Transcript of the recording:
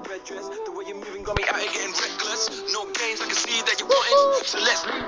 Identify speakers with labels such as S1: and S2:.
S1: dress. The way you're moving got me out here getting reckless. No games, I can see that you want it. So let's.